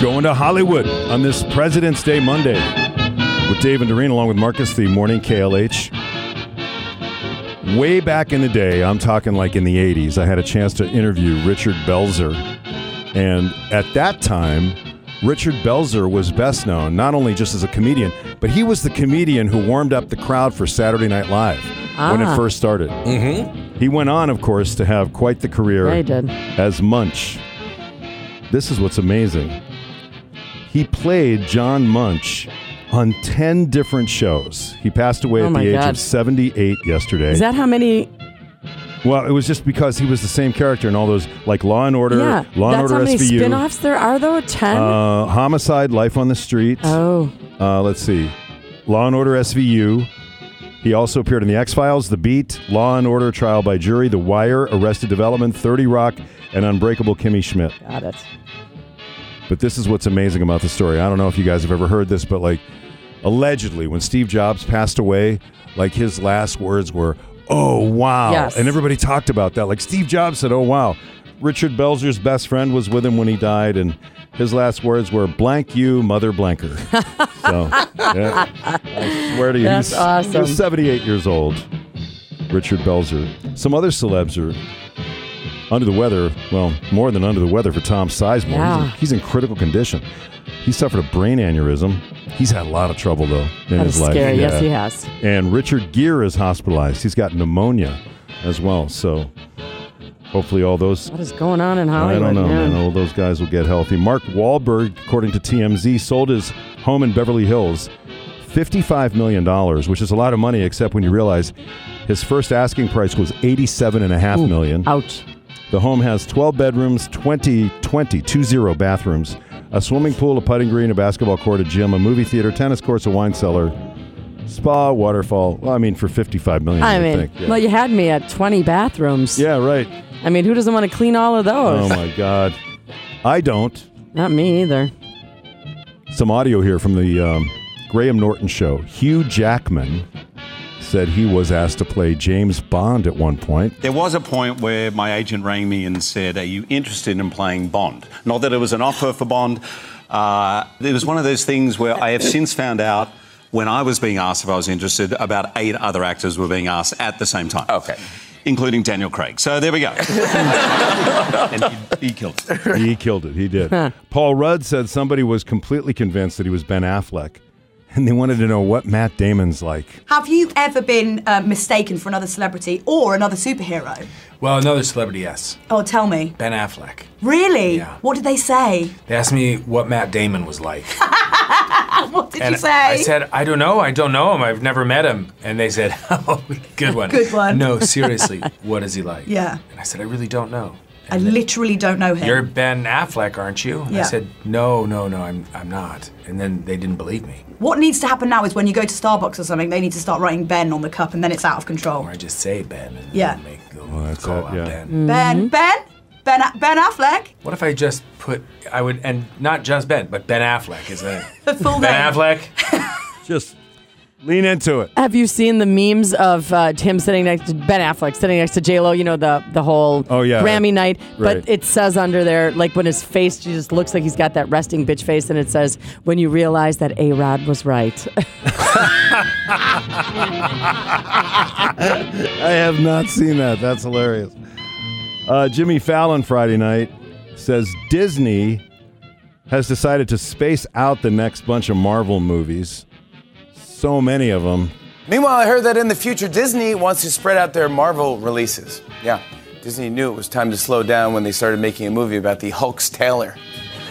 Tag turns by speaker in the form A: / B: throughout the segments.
A: going to Hollywood on this President's Day Monday with Dave and Doreen, along with Marcus, the morning KLH. Way back in the day, I'm talking like in the 80s, I had a chance to interview Richard Belzer. And at that time, Richard Belzer was best known not only just as a comedian, but he was the comedian who warmed up the crowd for Saturday Night Live when it
B: Ah.
A: first started. Mm-hmm. He went on, of course, to have quite the career
B: Yeah, he did.
A: as Munch. This is what's amazing. He played John Munch on 10 different shows. He passed away
B: Oh
A: at the
B: my
A: age
B: God.
A: of 78 yesterday.
B: Is that how many?
A: well, it was just because he was the same character in all those, like Law and Order,
B: yeah,
A: Law and
B: that's
A: Order
B: how many
A: SVU,
B: spin-offs there are though. Ten.
A: uh, Homicide, Life on the Street.
B: oh,
A: Uh, let's see. Law and Order SVU. He also appeared in The X Files, The Beat, Law and Order, Trial by Jury, The Wire, Arrested Development, 30 Rock, and Unbreakable Kimmy Schmidt.
B: got it.
A: But this is what's amazing about the story. I don't know if you guys have ever heard this, but like allegedly, when Steve Jobs passed away, like his last words were, "Oh wow,"
B: Yes.
A: and everybody talked about that. Like Steve Jobs said, "Oh wow." Richard Belzer's best friend was with him when he died, and his last words were "Blank you, mother blanker." so, yeah, I swear to you,
B: That's
A: he's,
B: awesome.
A: he was 78 years old. Richard Belzer. Some other celebs are under the weather. Well, more than under the weather for Tom Sizemore. He's, in,
B: Yeah.
A: he's in critical condition. He suffered a brain aneurysm. He's had a lot of trouble though in
B: That
A: his
B: is
A: life.
B: scary.
A: Yeah.
B: Yes, he has.
A: And Richard Gere is hospitalized. He's got pneumonia as well. So hopefully all those
B: What is going on in Hollywood?
A: I don't know,
B: man?
A: man. All those guys will get healthy. Mark Wahlberg, according to TMZ, sold his home in Beverly Hills, fifty-five million dollars, which is a lot of money, except when you realize his first asking price was eighty-seven and a half million.
B: Ouch.
A: The home has 12 bedrooms, 20, 20, 20 bathrooms, a swimming pool, a putting green, a basketball court, a gym, a movie theater, tennis courts, a wine cellar, spa, waterfall. Well, I mean, for 55 million,
B: I
A: you'd
B: mean,
A: think. Yeah.
B: well, you had me at 20 bathrooms.
A: yeah, right.
B: I mean, who doesn't want to clean all of
A: Oh
B: those?
A: my God, I don't.
B: Not me either.
A: some audio here from the um, Graham Norton show. Hugh Jackman said he was asked to play James Bond at one point.
C: There was a point where my agent rang me and said, Are you interested in playing Bond? Not that it was an offer for Bond. Uh, it was one of those things where I have since found out when I was being asked if I was interested, about eight other actors were being asked at the same time.
D: Okay.
C: Including Daniel Craig. So there we go. and he, he killed it.
A: He killed it. He did. Paul Rudd said somebody was completely convinced that he was Ben Affleck, and they wanted to know what Matt Damon's like.
E: Have you ever been uh, mistaken for another celebrity or another superhero?
F: Well, another celebrity, yes.
E: Oh, tell me.
F: Ben Affleck.
E: Really?
F: Yeah.
E: What did they say?
F: They asked me what Matt Damon was like.
E: What did
F: and
E: you say?
F: I said, I don't know. I don't know him. I've never met him. And they said, Oh, good one.
E: Good one.
F: No, seriously, what is he like?
E: Yeah.
F: And I said, I really don't know.
E: I literally don't know him.
F: You're Ben Affleck, aren't you? And
E: Yeah.
F: I said, No, no, no, I'm, I'm not. And then they didn't believe me.
E: What needs to happen now is when you go to Starbucks or something, they need to start writing Ben on the cup and then it's out of control.
F: Or I just say Ben and
E: Yeah.
F: then make the
A: that's
F: call
A: it,
F: out
A: yeah.
F: Ben.
E: Ben, Ben, Ben, A- Ben Affleck.
F: What if I just put, I would, and not just Ben, but Ben Affleck is the
E: The full
F: Ben
E: name.
F: Affleck?
A: Just lean into it.
B: Have you seen the memes of uh, him sitting next to Ben Affleck sitting next to J Lo? You know the the whole
A: Oh, yeah.
B: Grammy night,
A: Right.
B: but it says under there like when his face he just looks like he's got that resting bitch face, and it says when you realize that A Rod was right.
A: I have not seen that. That's hilarious. Uh, Jimmy Fallon Friday night says Disney has decided to space out the next bunch of Marvel movies. So many of them.
D: Meanwhile, I heard that in the future, Disney wants to spread out their Marvel releases. Yeah, Disney knew it was time to slow down when they started making a movie about the Hulk's tailor.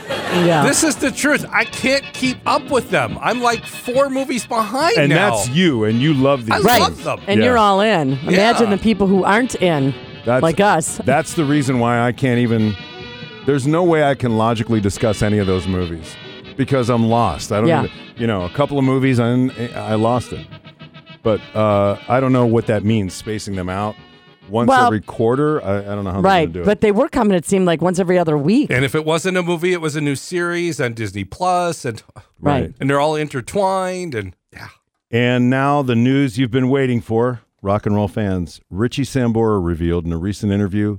B: yeah.
G: This is the truth. I can't keep up with them. I'm like four movies behind
A: and
G: now.
A: that's you, and you love these.
G: I
B: Right.
G: love them.
B: And
A: Yeah.
B: you're all in. Imagine
G: Yeah.
B: the people who aren't in,
A: That's-
B: like us.
A: That's the reason why I can't even. There's no way I can logically discuss any of those movies because I'm lost. I don't.
B: Yeah.
A: Even, you know, a couple of movies and I lost it. But uh, I don't know what that means. Spacing them out once
B: Well-
A: every quarter. I, I don't know how
B: Right.
A: they're going to do
B: But
A: it.
B: they were coming, it seemed like once every other week.
G: And if it wasn't a movie, it was a new series on Disney Plus, and
B: right.
G: and they're all intertwined. And yeah,
A: And now the news you've been waiting for, rock and roll fans. Richie Sambora revealed in a recent interview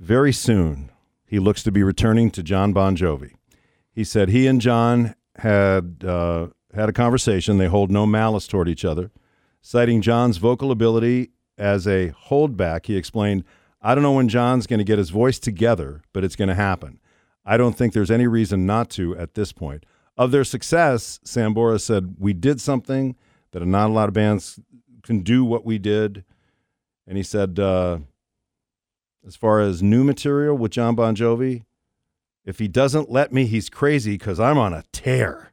A: very soon he looks to be returning to John Bon Jovi. He said he and John had uh, had a conversation. They hold no malice toward each other. Citing John's vocal ability as a holdback, he explained, I don't know when John's going to get his voice together, but it's going to happen. I don't think there's any reason not to at this point. Of their success, Sambora said, We did something that not a lot of bands can do what we did. And he said, uh, As far as new material with John Bon Jovi, if he doesn't let me, he's crazy because I'm on a tear.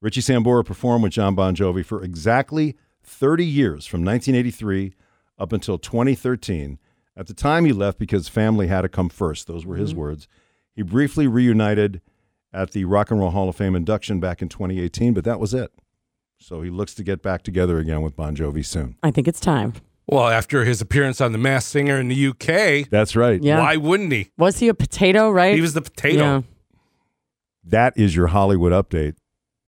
A: Richie Sambora performed with John Bon Jovi for exactly 30 years from 1983 up until 2013. At the time, he left because family had to come first. Those were his words. He briefly reunited at the Rock and Roll Hall of Fame induction back in 2018, but that was it. So he looks to get back together again with Bon Jovi soon.
B: I think it's time.
G: Well, after his appearance on The Masked Singer in the UK,
A: That's right.
B: Yeah.
G: why wouldn't he?
B: Was he a potato, right?
G: He was the potato.
B: Yeah.
A: That is your Hollywood update.